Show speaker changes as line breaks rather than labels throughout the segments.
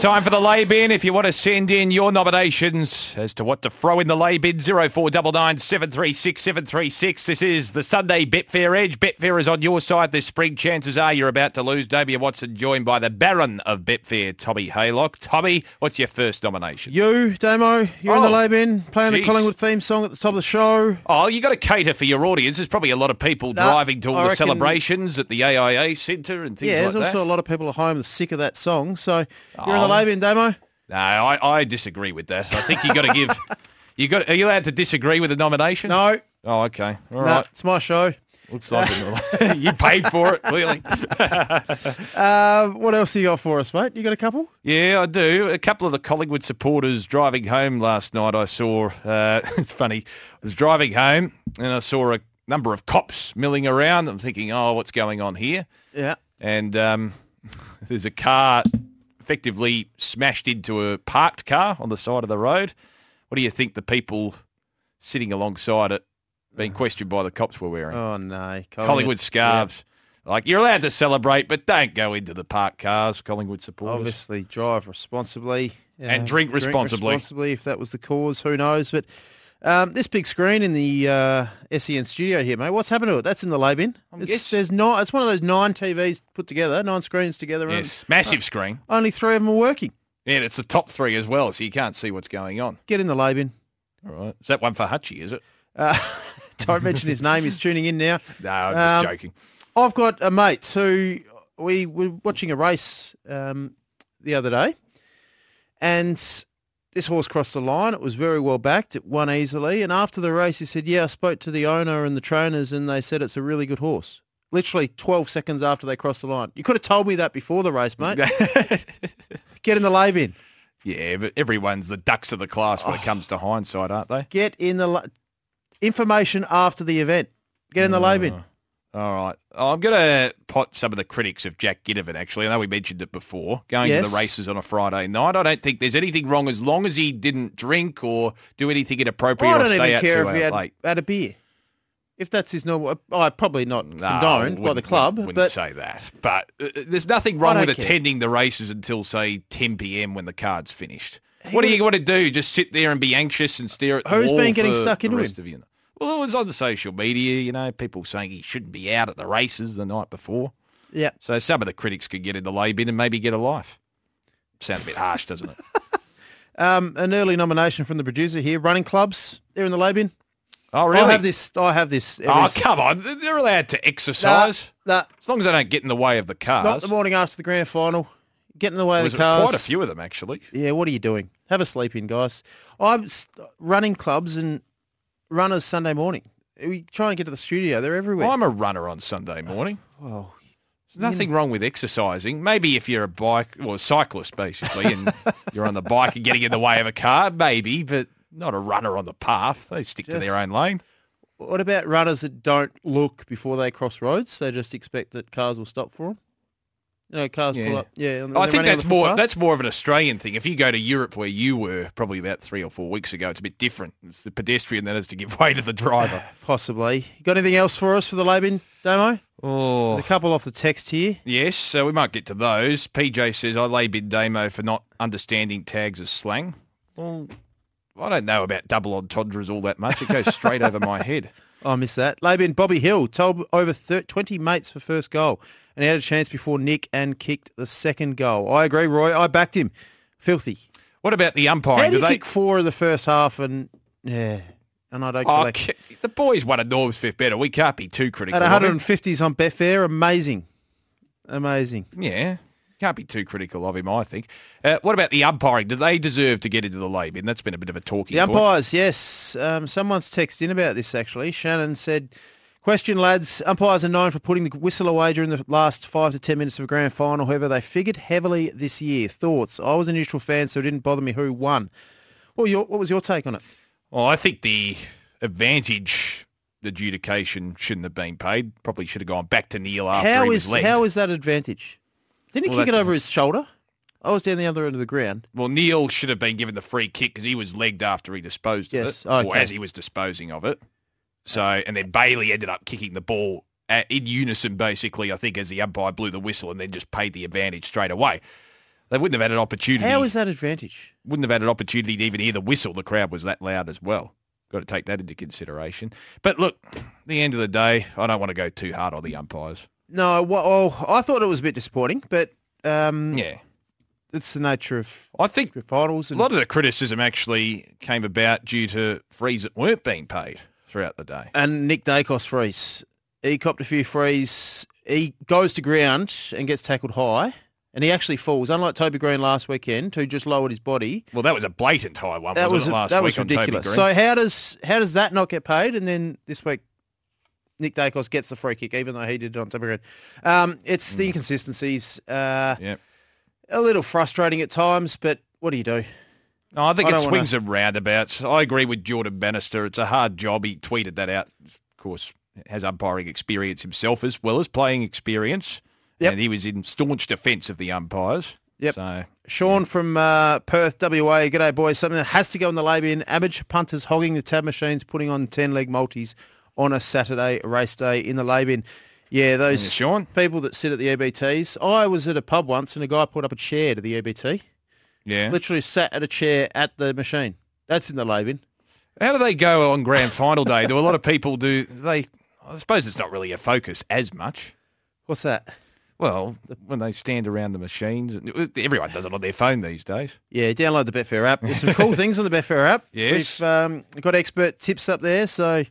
time for the lay bin. If you want to send in your nominations as to what to throw in the lay bin, 0499 736 736. This is the Sunday Betfair Edge. Betfair is on your side this spring. Chances are you're about to lose. Davia Watson joined by the Baron of Betfair, Tommy Haylock. Tommy, what's your first nomination?
You, Damo, you're in
Oh.
the lay bin, playing
Jeez.
the Collingwood theme song at the top of the show.
Oh, you got to cater for your audience. There's probably a lot of people
Nah,
driving to all
I
the
reckon-
celebrations at the AIA Centre and things
yeah,
like
there's also
that.
a lot of people at home that's sick of that song. So you're in
Oh.
the lay bin, Damo.
No, I, I disagree with that. I think you got to give. You got? Are you allowed to disagree with a nomination?
No,
Oh, okay. All
no,
right.
it's my show.
Looks like it. you paid for it, clearly.
Uh, what else you got for us, mate? You got a couple?
Yeah, I do. A couple of the Collingwood supporters driving home last night, I saw. Uh, it's funny. I was driving home and I saw a number of cops milling around. I'm thinking, oh, what's going on here?
Yeah.
and um, there's a car effectively smashed into a parked car on the side of the road. What do you think the people sitting alongside it, being questioned by the cops, were wearing?
Oh no,
Collingwood scarves. Like you're allowed to celebrate, but don't go into the parked cars, Collingwood
Yeah.
supporters.
Obviously, drive responsibly Uh,
And drink responsibly.
responsibly, if that was the cause, who knows? But um, this big screen in the uh, SEN studio here, mate. What's happened to it? That's in the lay bin. It's,
guess-
There's nine. It's one of those nine TVs put together, nine screens together. and
Yes, massive screen.
Only three of them are working.
Yeah, and it's the top three as well, so you can't see what's going on.
Get in the lay bin.
All right, is that one for Hutchie? Is it?
Uh, don't mention his name. He's tuning in now.
No, I'm just
Um,
joking.
I've got a mate who we were watching a race um, the other day, and this horse crossed the line. It was very well backed. It won easily. And after the race, he said, "Yeah, I spoke to the owner and the trainers, and they said it's a really good horse." Literally 12 seconds after they crossed the line. You could have told me that before the race, mate. Get in the lay bin.
yeah, but everyone's the ducks of the class
Oh.
when it comes to hindsight, aren't they?
Get in the la- information after the event. Get in the lay bin.
Uh, All right. Oh, I'm going to pot some of the critics of Jack Ginnivan, actually. I know we mentioned it before, going to
Yes.
the races on a Friday night. I don't think there's anything wrong as long as he didn't drink or do anything inappropriate
Oh, I
or
don't
stay
even
out
care
too
if he
out
had,
late.
had a beer. If that's his normal, uh, I probably not
No,
condoned by the
wouldn't-
club,
Wouldn't
but
say that. But uh, uh, there's nothing wrong
I
with
don't care.
attending the races until, say, 10 p.m. when the card's finished. what do you want to do? Just sit there and be anxious and stare at the
Who's
wall
been getting
for
stuck
the
into
rest of you? Well, it was on the social media, you know, people saying he shouldn't be out at the races the night before.
yeah,
So some of the critics could get in the lay bin and maybe get a life. Sounds a bit harsh, doesn't it?
um, an early nomination from the producer here. Running clubs, they're in the lay bin.
Oh, really?
I have this. I have this. every
oh,
s-
come on. They're allowed to exercise.
Nah, nah,
As long as they don't get in the way of the
not
cars.
the morning after the grand final. Get in the way of
There's
the cars.
quite a few of them, actually.
Yeah, what are you doing? Have a sleep in, guys. I'm s- running clubs and runners Sunday morning. We try and get to the studio. They're everywhere.
I'm a runner on Sunday morning.
oh,
There's nothing wrong with exercising. Maybe if you're a bike or a cyclist, basically, and you're on the bike and getting in the way of a car, maybe, but not a runner on the path. They stick to their
Just-
own lane.
What about runners that don't look before they cross roads? They just expect that cars will stop for them. You know, cars
Yeah. Oh,
pull up. Yeah, on the-
I
they're
think
running on
that's
the
more
footpath.
that's more of an Australian thing. If you go to Europe where you were probably about three or four weeks ago, it's a bit different. It's the pedestrian that has to give way to the driver.
possibly. You got anything else for us for the Labin demo?
Oh,
There's a couple off the text here.
yes. So we might get to those. PJ says I lay bid Damo for not understanding tags as slang. Well, I don't know about double entendres all that much. It goes straight over my head.
Oh, I missed that. Labin Bobby Hill told over thir 20 mates for first goal, and he had a chance before Nick and kicked the second goal. I agree, Roy. I backed him. Filthy.
What about the
How
umpiring?
do
Do
you
they?
kick four of the first half and yeah, and I don't
Oh,
collect.
ki- the boys won a Norm's fifth better. We can't be too
At
critical. of him.
150s on Betfair, amazing, amazing.
Yeah. Can't be too critical of him, I think. Uh, what about the umpiring? Do they deserve to get into the lay bin? That's been a bit of a talking
The
point.
umpires, yes. Um, someone's texted in about this actually. Shannon said, "Question, lads. Umpires are known for putting the whistle away during the last five to ten minutes of a grand final. However, they figured heavily this year. Thoughts? I was a neutral fan, so it didn't bother me who won. Well, your, what was your take on it?
Well, I think the advantage adjudication shouldn't have been paid. Probably should have gone back to Neil after he
how
was
is
legged.
how is that advantage? Didn't he
Well,
kick it
that's-
over his shoulder? I was down the other end of the ground.
well, Neil should have been given the free kick because he was legged after he disposed
Yes,
of it, or
okay.
as he was disposing of it. So, and then Bailey ended up kicking the ball at, in unison, basically. I think as the umpire blew the whistle and then just paid the advantage straight away. They wouldn't have had an opportunity.
How is that advantage?
wouldn't have had an opportunity to even hear the whistle. The crowd was that loud as well. Got to take that into consideration. But look, the end of the day, I don't want to go too hard on the umpires.
No, well, I thought it was a bit disappointing, but um,
Yeah.
it's the nature of
I think
finals.
a
And,
lot of the criticism actually came about due to frees that weren't being paid throughout the day.
and Nick Dacos frees. He copped a few frees. He goes to ground and gets tackled high, and he actually falls. Unlike Toby Green last weekend, who just lowered his body.
Well, that was a blatant high one,
That
wasn't
was
it, last
that
week
was
on
ridiculous.
Toby Green?
So how does how does that not get paid? And then this week, Nick Dacos gets the free kick, even though he did it on Toby Green. Um, it's the inconsistencies. Uh,
Mm. Yep.
a little frustrating at times, but what do you do?
No, I think it
I don't wanna-
swings and roundabouts. I agree with Jordan Bannister. It's a hard job. He tweeted that out. Of course, has umpiring experience himself as well as playing experience.
Yep.
And he was in staunch defence of the umpires.
Yep.
So
Sean from uh, Perth, WA. G'day, boys. Something that has to go in the lay bin. Amateur punters hogging the tab machines, putting on 10 leg multis on a Saturday race day in the lay bin. Yeah, those
Yeah, Sean.
people that sit at the EBTs. I was at a pub once and a guy put up a chair to the EBT.
yeah.
Literally sat at a chair at the machine. That's in the lay bin.
How do they go on grand final day? Do a lot of people do they I suppose it's not really a focus as much.
What's that?
Well, when they stand around the machines, and- uh, everyone does it on their phone these days.
Yeah, download the Betfair app. There's some cool things on the Betfair app.
Yes.
We've um, got expert tips up there. So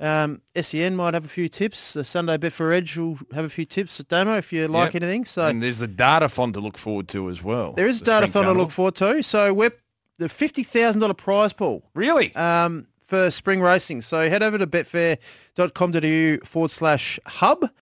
um, SEN might have a few tips. The Sunday Betfair Edge will have a few tips at Damo if you like
Yep.
anything. So
and there's the data font to look forward to as well.
there is
The spring
data thon to
carnival.
look forward to. So we're the $50,000 prize pool
Really?
um, for spring racing. So head over to betfair.com.au forward slash hub